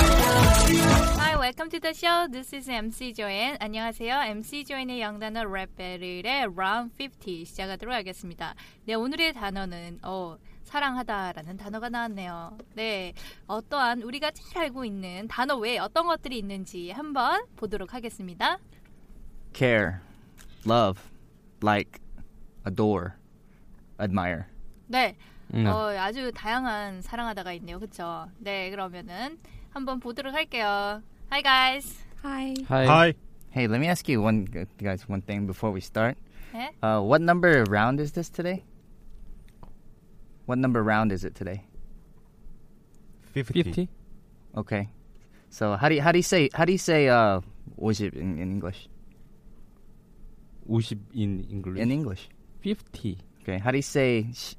Hi, welcome to the show. This is MC Joanne. 안녕하세요. MC Joanne의 영단어 랩벨의 Round 50 시작하도록 하겠습니다. 네, 오늘의 단어는 어, 사랑하다라는 단어가 나왔네요. 네, 어떠한 우리가 잘 알고 있는 단어 외에 어떤 것들이 있는지 한번 보도록 하겠습니다. care, love, like, adore, admire. 네, 어, 아주 다양한 사랑하다가 있네요. 그렇죠? 네, 그러면은 한번 보도록 할게요. Hi, guys. Hi. Hey, let me ask you one you guys one thing before we start. 네? Uh, what number round is this today? What number round is it today? 50. Okay. So how do you, how do you say how do you say uh 50 in, in English? 50 in English. In English. 50. Okay. How do you say 시,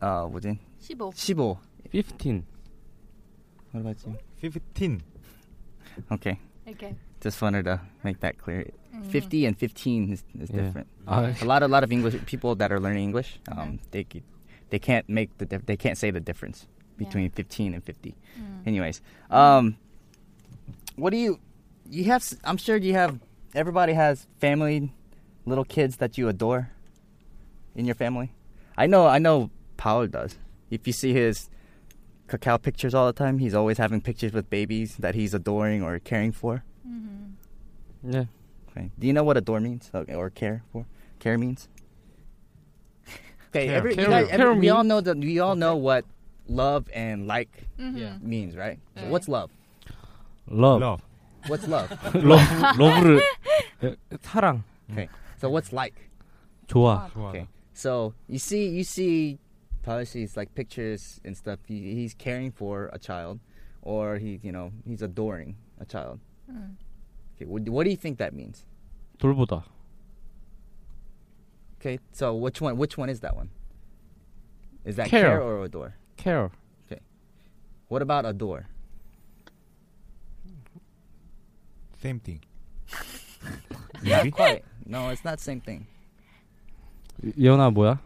uh 뭐지? 15. 15. 15. What about you? 15. Okay. 이렇게. Just wanted to make that clear. 50 and 15 is, is Yeah. Uh, different. 음. 아, a lot a lot of English people that are learning English, um, they c- they can't make the dif- they can't say the difference between 15 and 50. Anyways, um, what do you you have? s- I'm sure you have. Everybody has family, little kids that you adore in your family. I know. I know. Paul does. If you see his cacao pictures all the time, he's always having pictures with babies that he's adoring or caring for. yeah. Okay. Do you know what adore means or, or care for? Care means. Okay, Care. every, you Care. guys- every- Care we all means- know that we all know what love and like Yeah. means, right? So Right. what's love? Love. Love. What's love? Love. Love를 예, 사랑. okay, so what's like? 좋아. Okay, so you see, you see, Paul sees like pictures and stuff. He, he's caring for a child, or he, you know, he's adoring a child. Mm. Okay, what, what do you think that means? 돌보다. Okay, so which one? Which one is that one? Is that Care. care or adore? care. What about adore? Same thing. Not quite. No, it's not same thing. 예언아 뭐야?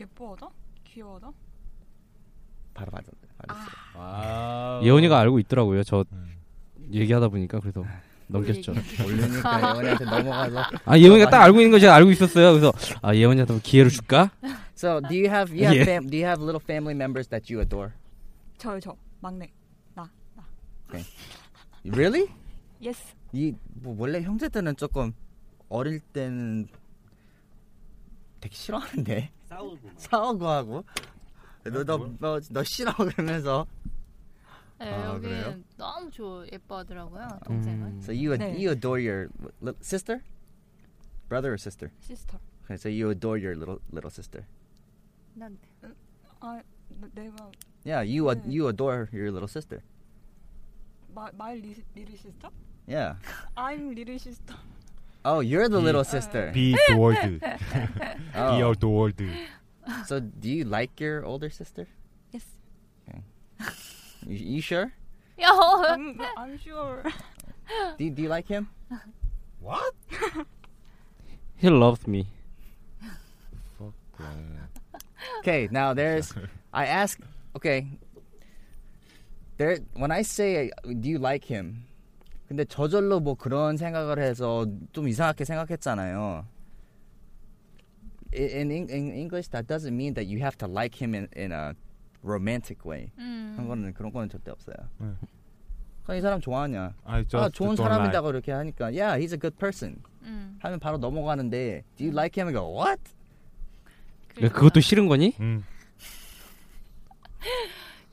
예뻐하다? 귀여워하다? 바로 맞았, 맞았어요. 예언이가 알고 있더라고요. 저 얘기하다 보니까 그래서 넘겼죠. 모르니까 예원이한테 넘어가서. 아, 예언이가 딱 알고 있는 걸 제가 알고 있었어요. 그래서 아, 예언이한테 한번 기회를 줄까? So, do you have you have Yeah. fam- do you have little family members that you adore? 저요 저 막내 나 나. Really? 예스. 이뭐 원래 형제들은 조금 어릴 때는 되게 싫어하는데 싸우고 싸우고 하고 너너너 너 싫어 그러면서. 네, 아, 여기 그래요? 음. 너무 좋아 예뻐하더라고요 동생을. So you ad- 네. you adore your little sister, brother or sister? 시스터. Okay, so you adore your little little sister. 난 아 나- 내가 Yeah, you ad- 네. you adore your little sister. 마, my li- little sister? Yeah. I'm little sister. Oh, you're the little sister. Be adored. Be Oh. adored. So, do you like your older sister? Yes. You, you sure? 야, 어, 음. I'm, 음, I'm sure. Do you, do you like him? What? He loves me. Okay, now there's. I ask. Okay. There. When I say, uh, do you like him? 근데 저절로 뭐 그런 생각을 해서 좀 이상하게 생각했잖아요. i- in, in, in English, that doesn't mean that you have to like him in, in a romantic way. 음. 한국어는 그런 거는 절대 없어요. 네. 그냥 이 사람 좋아하냐? I just 아, 좋은 don't like. 사람이다고 이렇게 하니까, yeah, he's a good person. 음. 하면 바로 넘어가는데, do you like him? I go, what? 야, 네, 그것도 싫은 거니? 음.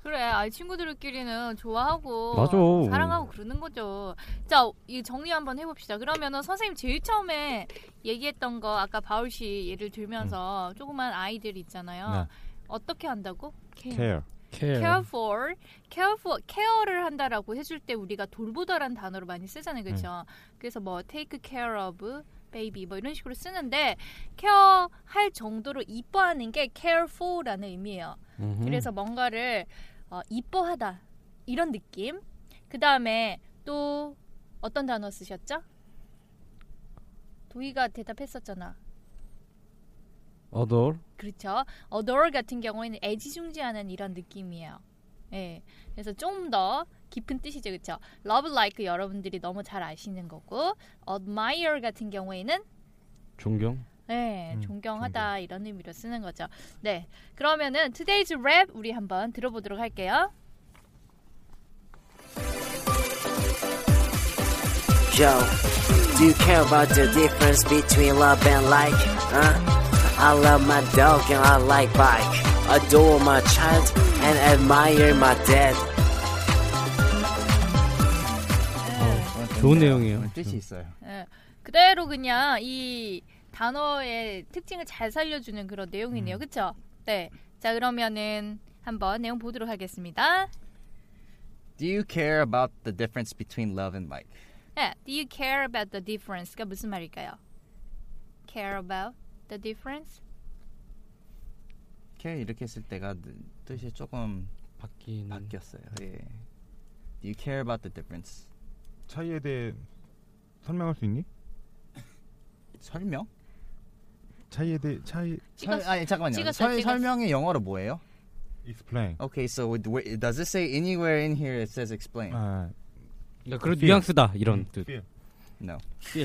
그래, 아, 친구들끼리는 좋아하고 맞아. 사랑하고 그러는 거죠. 자, 이 정리 한번 해봅시다. 그러면은 선생님 제일 처음에 얘기했던 거 아까 바울 씨 예를 들면서 음. 조그만 아이들 네. 있잖아요. 어떻게 한다고? care. care for, care for, care를 한다라고 해줄 때 우리가 돌보다라는 단어를 많이 쓰잖아요, 그렇죠? 그래서 뭐 take care of baby 뭐 이런 식으로 쓰는데 care 할 정도로 이뻐하는 게 care for라는 의미예요. 음흠. 그래서 뭔가를 어, 이뻐하다 이런 느낌. 그 다음에 또 어떤 단어 쓰셨죠? 도희가 대답했었잖아. 어덜 그렇죠. adore 같은 경우에는 애지중지하는 이런 느낌이에요. 예. 그래서 좀 더 깊은 뜻이죠. 그렇죠. love like 여러분들이 너무 잘 아시는 거고 admire 같은 경우에는 존경. 네, 음, 존경하다 이런 의미로 쓰는 거죠. 네, 그러면은 today's rap 우리 한번 들어보도록 할게요. Yo, do you care about the difference between love and like? Huh? I love my dog and I like bike. Adore my child and admire my dad. 좋은 내용이에요. 어, 네, 음. 뜻이 있어요. 예, 그대로 그냥 이 단어의 특징을 잘 살려주는 그런 내용이네요, 그렇죠? 네, 자 그러면은 한번 내용 보도록 하겠습니다. Do you care about the difference between love and like? 네, do you care about the difference가 무슨 말일까요? care about the difference? care 이렇게 쓸 때가 뜻이 조금 음. 바뀌는. 바뀌었어요. 예. Do you care about the difference? 차이에 대해 설명할 수 있니? 설명? 차이에 대해 차이 설, 아니 잠깐만요. 찍었어, 설, 찍었어. 설명이 영어로 뭐예요? explain. Okay, so with- where- does it say anywhere in here it says explain? 아, 그러니까 그런 feel. 뉘앙스다 이런 뜻. feel. No. 예.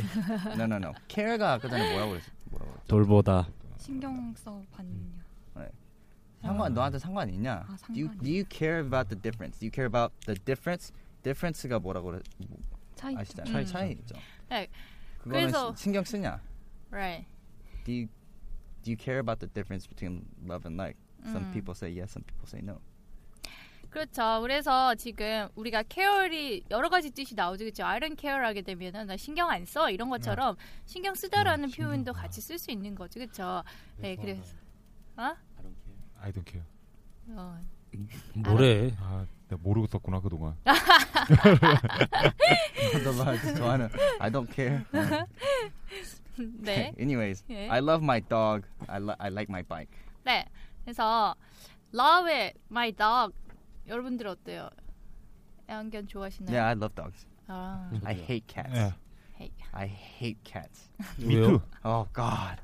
no, no, no. care가 아까 전에 뭐라고 그랬어? 뭐라고 그랬죠? 돌보다. 신경 써 봤냐? 아. 상관 너한테 상관 있냐? 아, do you 상관이야. do you care about the difference? Do you care about the difference? difference가 뭐라고 그래? 차이 아시잖아요. 차이, 차이죠. 네. 그거는 그래서- 시- 신경 쓰냐? Right. Do you do you care about the difference between love and like? Some 음. people say yes, some people say no. 그렇죠. 그래서 지금 우리가 케어리 여러 가지 뜻이 나오죠. 그렇죠. 아이런 케어를 하게 되면은 나 신경 안 써. 이런 것처럼 네. 신경 쓰다라는 표현도 같이 쓸 수 있는 거죠. 그렇죠. 네, 그래서 어? I don't care. 어. 뭐래? 아, 내가 모르고 썼구나 그동안. 아, Joanna, I don't care. 네. Anyways, 예. I love my dog. I lo- I like my bike. 네. 그래서 love my dog 여러분들 어때요? 애완견 좋아하시나요? Yeah, I love dogs. 아. I hate cats. 예. 헤이. I hate cats. Me 왜요? too. Oh God,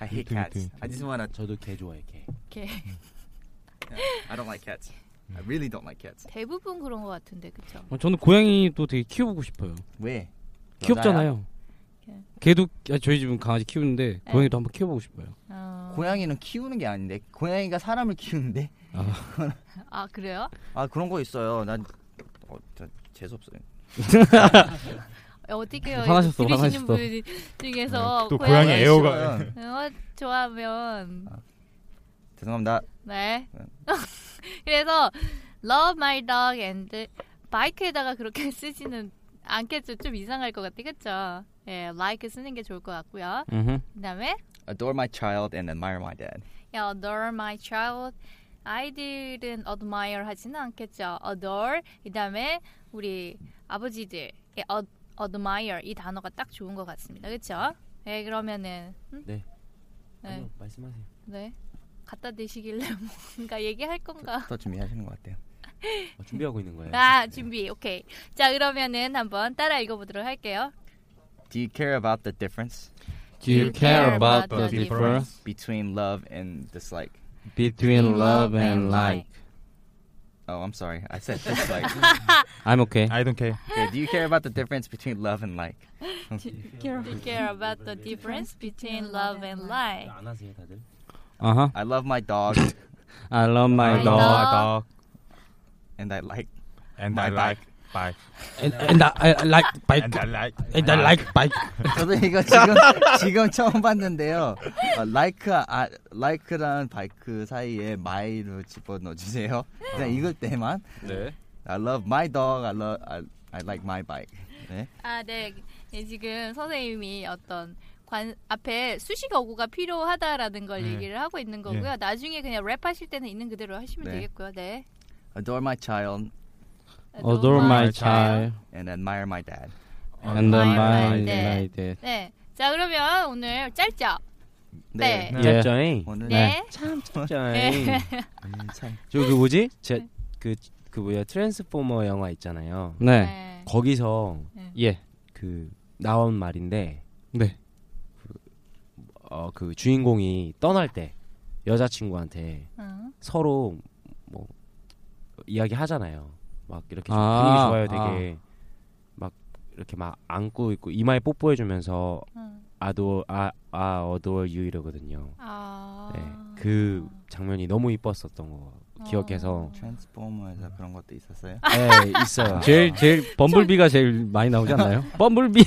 I hate too, me cats. too. I just wanna. 저도 개 좋아해 개. 이렇게 I don't like cats. I really don't like cats. 대부분 그런 것 같은데. 그렇죠. 어, 저는 고양이도 되게 키워보고 싶어요. 왜? 귀엽잖아요. 예. 걔도 아, 저희 집은 강아지 키우는데 고양이도 한번 키워보고 싶어요. 어. 고양이는 키우는 게 아닌데 고양이가 사람을 키우는데 아, 그래요? 아 그런 거 있어요. 난 어, 저 재수 없어요. 어떻게요? 화나셨어, 들으시는 화나셨어. 분 중에서 네, 또 고양이 고양이 에어가 싫어요. 어, 좋아하면 죄송합니다. 네. 그래서 love my dog and bike에다가 그렇게 쓰지는 않겠죠. 좀 이상할 것 같아, 그렇죠? 예, like 쓰는 게 좋을 것 같고요. 음흠. 그다음에 Adore my child and admire my dad. 야, adore my child. 아이들은 admire 하지는 않겠죠. adore. 그다음에 우리 아버지들 예, ad- admire 이 단어가 딱 좋은 것 같습니다. 그렇죠? 예, 그러면은 음? 네. 네. 아니요, 말씀하세요. 네. 갖다 대시길래 뭔가 얘기할 건가? 또 준비하시는 것 같아요. 어, 준비하고 있는 거예요. 아, 준비. 오케이. 자, 그러면은 한번 따라 읽어 보도록 할게요. Do you care about the difference Do you care about the the difference between love and dislike? between love and like? Oh, I'm sorry. I said dislike. I'm okay. I don't care. Okay, do you care about the difference between love and like? Do you care about the difference between love and like? 안 하세요 다들? Uh huh. I love my dog. I love my I dog. dog. And I like. And my I like. bike. Bye. And, and I, I like bike. And I like. And I like bike. 저도 이거 지금 지금 처음 봤는데요. 어, like 아, like랑 bike 사이에 my로 집어 넣어주세요. 그냥 읽을 때만. 네. I love my dog. I love I, I like my bike. 네. 아, 네. 예, 지금 선생님이 어떤 관 앞에 수식어구가 필요하다라는 걸 네. 얘기를 하고 예. 있는 거고요. 네. 나중에 그냥 랩하실 때는 있는 그대로 하시면 네. 되겠고요. 네. Adore my child. Adore my child. And admire my dad. And uh, admire my 네. dad. 네. 자, 그러면 오늘 짧죠? 네. 예. 네. 네. 짜잉. 오늘 네. 참 네. 짜잉. 음, 참. 저그 뭐지? 제 그 그 뭐야 트랜스포머 영화 있잖아요. 네. 네. 거기서 예. 그 나온 말인데 네. 어 그 주인공이 떠날 때 여자친구한테 응. 서로 뭐 이야기 하잖아요. 막 이렇게 좀 아, 분위기 좋아요 되게 막 이렇게 막 안고 있고 이마에 뽀뽀해 주면서 응. 아도 아아 어도어 유 이러거든요. 아. 네. 그 장면이 너무 이뻤었던 거 기억해서 트랜스포머에서 그런 것도 있었어요? 네, 있어요. 제일 제일 범블비가 제일 많이 나오지 않나요? 범블비.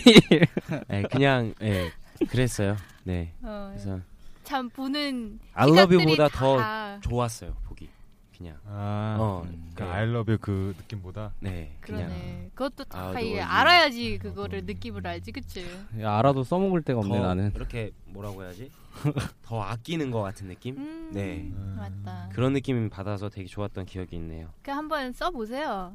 네, 그냥 예. 그랬어요. 네. 어, 그래서 참 보는 I love 시각들이 you보다 다 더 좋았어요, 보기. 그냥. 아, 어, 그러니까 네. I love you 그 느낌보다. 네. 그냥 그러네. 그것도 다 아, 이- 너무 알아야지 그거를 느낌을 알지, 그치? 음. 야, 알아도 써먹을 데가 없네 더 나는. 이렇게 뭐라고 해야지? 더 아끼는 것 같은 느낌? 음. 네. 맞다. 그런 느낌 받아서 되게 좋았던 기억이 있네요. 그 한번 써보세요.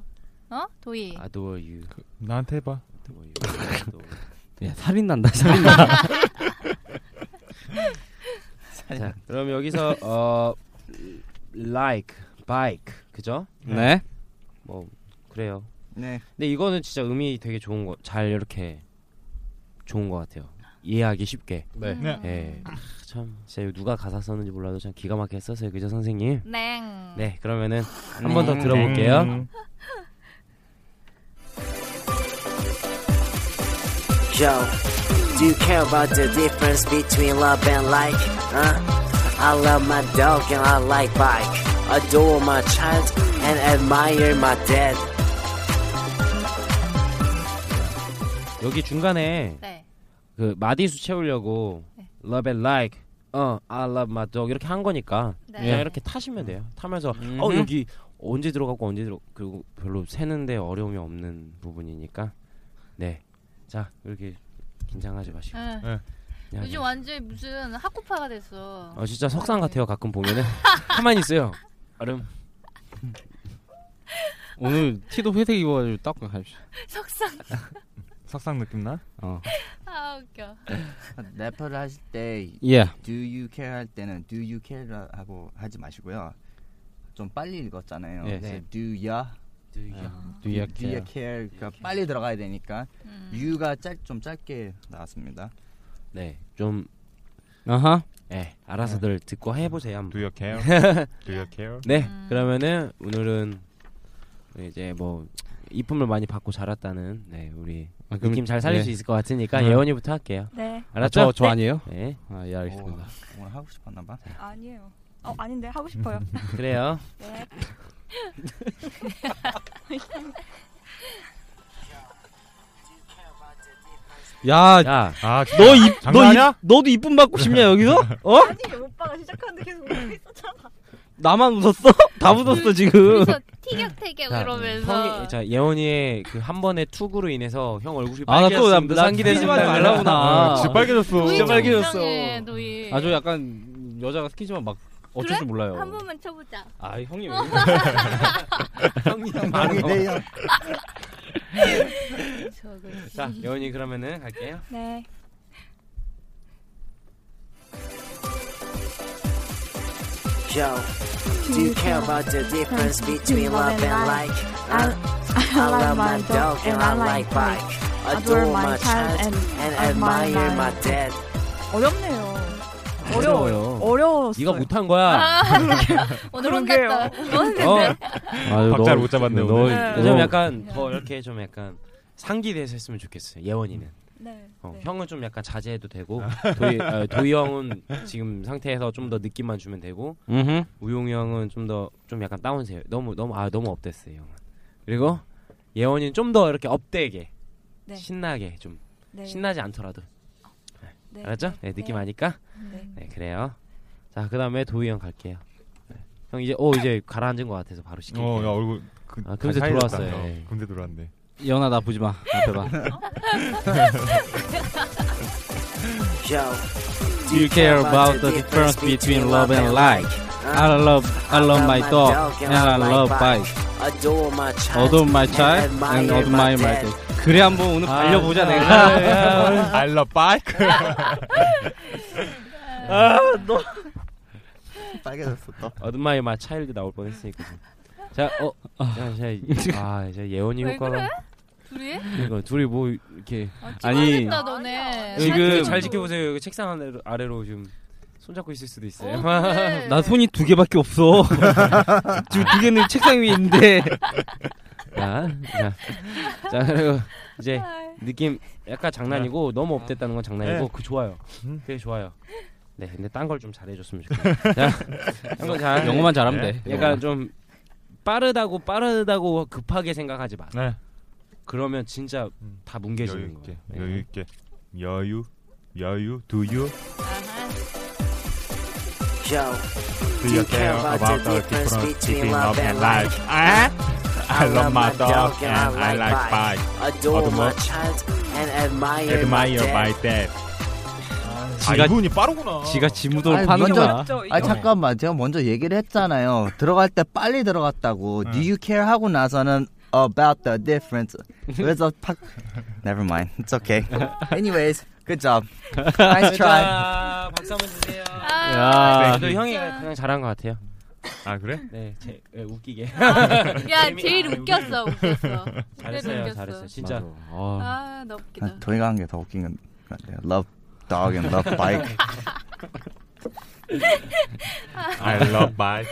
어? 도희. adore you. 나한테 해봐. adore you. adore you. 야, 예, 살인 난다. 살인 난다. 자, 그럼 여기서 어 like, bike. 그죠? 네. 뭐 그래요. 네. 근데 이거는 진짜 의미 되게 좋은 거. 잘 이렇게 좋은 것 같아요. 이해하기 쉽게. 음. 네. 네. 예. 아, 참 진짜 이거 누가 가사 썼는지 몰라도 참 기가 막히게 썼어요. 그죠, 선생님? 냉. 네, 그러면은 한 번 음. 더 들어볼게요. Yo, do you care about the difference between love and like? Huh? I love my dog and I like bike. Adore my child and admire my dad. 여기 중간에 네. 그 마디수 채우려고 love and like 어, I love my dog 이렇게 한 거니까 네. 그냥 이렇게 타시면 돼요. 타면서 어 여기 언제 들어가고 언제 들어 그리고 별로 세는데 어려움이 없는 부분이니까 네, 자 이렇게 긴장하지 마시고 응. 그냥 아, 요즘 완전 히 무슨 학구파가 됐어. 네, 어 진짜 석상 같아요 가끔 보면은 가만히 있어요 얼음 오늘 티도 회색 입어가지고 닦고 가십시오. 석상. 석상 느낌 나? 어. 아 웃겨. 래퍼를 하실 때 예. Yeah. do you care 할 때는 do you care 하고 하지 마시고요. 좀 빨리 읽었잖아요. 예. 그래서 do ya Do you care? Do you do you care? care 그러니까 빨리 들어가야 되니까 you가 짧, 좀 짧게 나왔습니다. 네, 좀 아하. 예, 네. 알아서들 듣고 해보세요. 한번. Do you care? Do you care? 네, 음. 그러면은 오늘은 이제 뭐 이쁨을 많이 받고 자랐다는 네 우리 아, 그럼- 느낌 잘 살릴 네. 수 있을 것 같으니까 네. 예원이부터 할게요. 네. 알았죠? 저, 저 아니에요? 네, 어, 아, 예, 알겠습니다. 오, 오늘 하고 싶었나 봐. 네. 아니에요. 어, 아닌데 하고 싶어요. 그래요. 네. 야, 야, 아, 너 이, 너 이, 장난이야? 너도 이쁨 받고 싶냐 여기서? 어? 아니, 오빠가 시작하는데 계속 웃고 있었잖아. 나만 웃었어? 다 웃었어 지금. 그래서 티격태격 자, 이러면서. 형이 자 예원이의 그 한 번의 투구로 인해서 형 얼굴이 아, 나 또, 나, 빨개졌습니다. 나 상기되는 삐지 마지 말라구나. 진짜 빨개졌어. 노이 좀 빨개졌어. 이상해, 노이. 아저 약간 여자가 스키지만 막 어쩔 그래? 줄 몰라요. 한 번만 쳐보자. 아 형님. 형님 네, 말로. 형. 저거. 그- 자 예원이 그러면은 갈게요. 네. Yo, do you care about the difference between love and like? Huh? I love my dog and I like bike. Adore my child and admire my dad. 어렵네요. 어려워요. 어려웠어요. 네가 못한 아. 거야. 뭐- 오늘 그러게요. 혼났다. 오늘 어. 아유, 박자를 너무- 못 잡았네, 너- 오늘. 너- 좀 약간 네. 더 이렇게 좀 약간 상기돼서 했으면 좋겠어요. 예원이는. 네. 어, 네. 형은 좀 약간 자제해도 되고 도희, 어, 도희 형은 지금 상태에서 좀 더 느낌만 주면 되고 음. 우용이 형은 좀 더 좀 약간 다운세요. 너무 너무 아 너무 업됐어요. 형은. 그리고 예원이는 좀 더 이렇게 업되게 네. 신나게 좀 네. 신나지 않더라도 네. 알았죠? 네, 느낌 네. 아니까. 네. 네 그래요. 자 그다음에 도희 형 갈게요. 네. 형 이제 오 이제 가라앉은 것 같아서 바로 시킬게요. 어, 야, 얼굴 그, 아, 금세 살렸다. 돌아왔어요. 어, 예. 금세 돌아왔네. 예원아 나 보지 마. 앞에 봐. Yo, Do you care about the difference between love and like? I love I love my dog and I love bike. adore my child, Although my child and admire admire my my dad. dad. 그래 한번 아. 오늘 달려보자 내가. I love bike. 빨개졌어 또. 어둠마이 마 차일드 나올 뻔했으니까 지금. 자, 어, 자, 자, 아, 이제 예원이 왜 효과가 둘이? 이거 둘이 뭐 이렇게 아니. 다 어, 너네. 어, 지금 지금 사진 잘 좀- 지켜보세요. 여기 책상 아래로, 아래로 지금 손잡고 있을 수도 있어요. 어, 그래. 나 손이 두 개밖에 없어. 지금 두 개는 책상 위에 있는데. 자, 자, 아, 자 그리고 이제 아. 느낌 약간 장난이고 너무 업됐다는 건 장난이고 그 좋아요. 음. 그게 좋아요. 네, 근데 딴 걸 좀 잘해줬으면 좋겠어요. 자, 한번 잘. 영어만 잘하면 돼. 아, 예. 약간 좀 빠르다고 빠르다고 급하게 생각하지 마. 네. 그러면 진짜 음. 다 여유 뭉개지는 있게. 거예요. 네. 여유 있게. 여유. 여유. Do you 아하. Yo, do you care about the difference between love and like? 아? I love my dog and I like bike. adore my Admire. child and admire my Admire dad. my dad. 아, 지가- 이분이 빠르구나. 지가 지무도를 아니, 뭐, 파는구나. 어렵죠, 이거? 아 잠깐만 제가 먼저 얘기를 했잖아요. 들어갈 때 빨리 들어갔다고. Do you care 하고 나서는 about the difference. 그래서 팍. Never mind. It's okay. Anyways, good job. Nice try. 자, 박수 한번 주세요. 야. 네, 또 형이 가장 잘한 것 같아요. 아 그래? 네, 제, 예, 웃기게. 아, 야, 제일 웃겼어. 웃겼어. 제일 잘했어요, 웃겼어. 잘했어요. 진짜. 아, 아, 너무 아, 웃기다. 도희가 한 게 더 웃긴 건 같아요. Love dog and love bike. I love bike.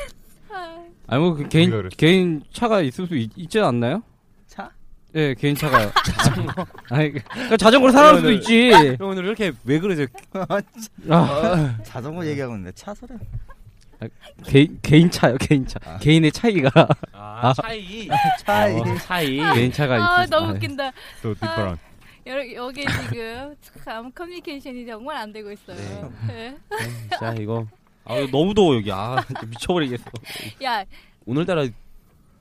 아니 뭐그 개인 이거를. 개인 차가 있을 수 있, 있지 않나요? 차? 예, 개인 차가요. 자전거. 아니, 그러니까 자전거로 살아갈 수도 있지. 형 오늘 왜 이렇게 왜 그러세요? 아, 자전거 얘기하고 있는데 차 소리. 개인 개인 차요, 개인 차. 개인의 차이가 아, 아. 차이. 차이. 차이. 네. 개인 차가 있을 아, 수- 너무 아, 웃긴다. So different. 여러, 여기 지금 참 커뮤니케이션이 정말 안 되고 있어요. 네. 자, 이거 아, 너무 더워 여기. 아, 진짜 미쳐버리겠어. 야, 오늘따라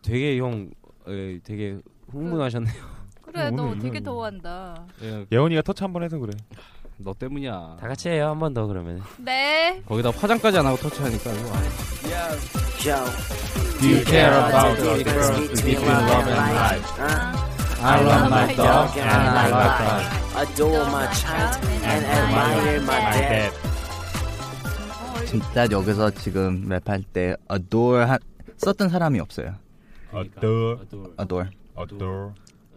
되게 형 에, 되게 흥분하셨네요. 그래, 너 오늘 되게 이거- 더워한다. 예, 예원이가 터치 한번 해서 그래. 너 때문이야. 다 같이 해요. 한 번 더 그러면. 네. 거기다 화장까지 안 하고 터치하니까 이거. 아, Yo, Do you care about the difference between love and like? Uh, I love my dog and I like adore my child and admire my 아, 네. dad. 진짜 여기서 지금 랩할 때 adore 한, 썼던 사람이 없어요. Adore, adore, adore. adore,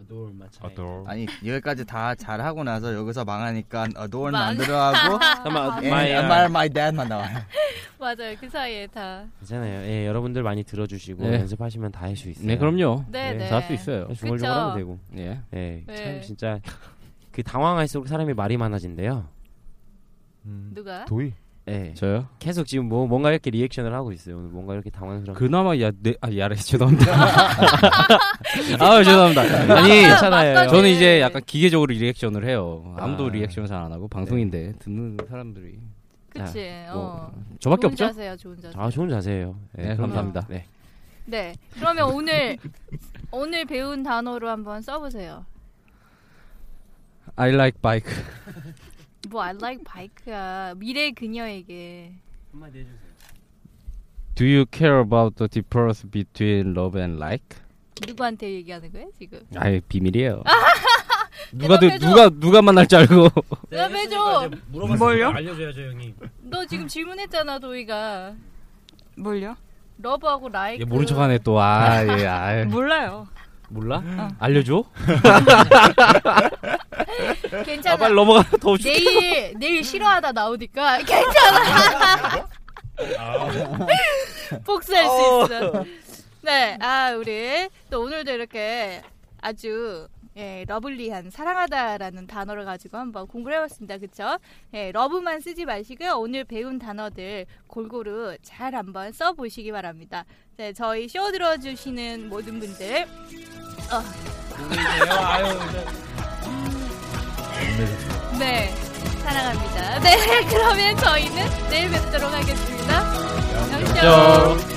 adore my child. adore. 아니 여기까지 다 잘하고 나서 여기서 망하니까 adore는 망. 안 들어가고 잠깐만, 예, my, uh, admire my dad만 나와요. 맞아요. 그 사이에 다. 괜찮아요. 예, 여러분들 많이 들어주시고 네. 연습하시면 다 할 수 있어요. 네, 그럼요. 네, 네, 네. 다 할 수 있어요. 중얼중얼 그쵸. 하면 되고. 예. 예, 네. 참 진짜 그 당황할수록 사람이 말이 많아진대요. 음. 네. 누가? 도희. 예. 저요? 계속 지금 뭐 뭔가 이렇게 리액션을 하고 있어요. 오늘 뭔가 이렇게 당황스러운. 그나마 야, 네, 아, 야래 죄송합니다. 아, 죄송합니다. 아니, 괜찮아요. 맞다, 저는 네. 이제 약간 기계적으로 리액션을 해요. 아무도 네. 아. 리액션 잘 안 하고 방송인데 듣는 사람들이 그치. 어. 뭐, 저밖에 좋은 없죠? 자세요, 좋은 자세. 아, 좋은 자세예요. 예, 네, 그럼요. 감사합니다. 네. 네. 그러면 오늘 오늘 배운 단어로 한번 써보세요. I like bike. 뭐 I like bike야. 미래 그녀에게. Do you care about the difference between love and like? 누구한테 얘기하는 거예요 지금? 아예 비밀이에요. 네, 누가 들- 대답해줘. 누가 누가 만날 줄 알고 네, 대답해줘. 뭘요? 아, 알려줘야죠, 형님. 너 지금 질문했잖아 도희가. 뭘요? 러브하고 라이크. 얘 모른 척하네 또. 아 예. 아. 몰라요. 몰라? 어. 알려줘? 괜찮아. 아, 빨리 넘어가. 더워 죽 내일 내일 싫어하다 나오니까 괜찮아. 복수할 수 있어. 네, 아 우리 또 오늘도 이렇게 아주 예, 러블리한 사랑하다라는 단어를 가지고 한번 공부를 해봤습니다. 그쵸? 예, 러브만 쓰지 마시고요. 오늘 배운 단어들 골고루 잘 한번 써보시기 바랍니다. 네, 저희 쇼 들어주시는 모든 분들 어, 네, 사랑합니다. 네, 그러면 저희는 내일 뵙도록 하겠습니다. 안녕. 안녕.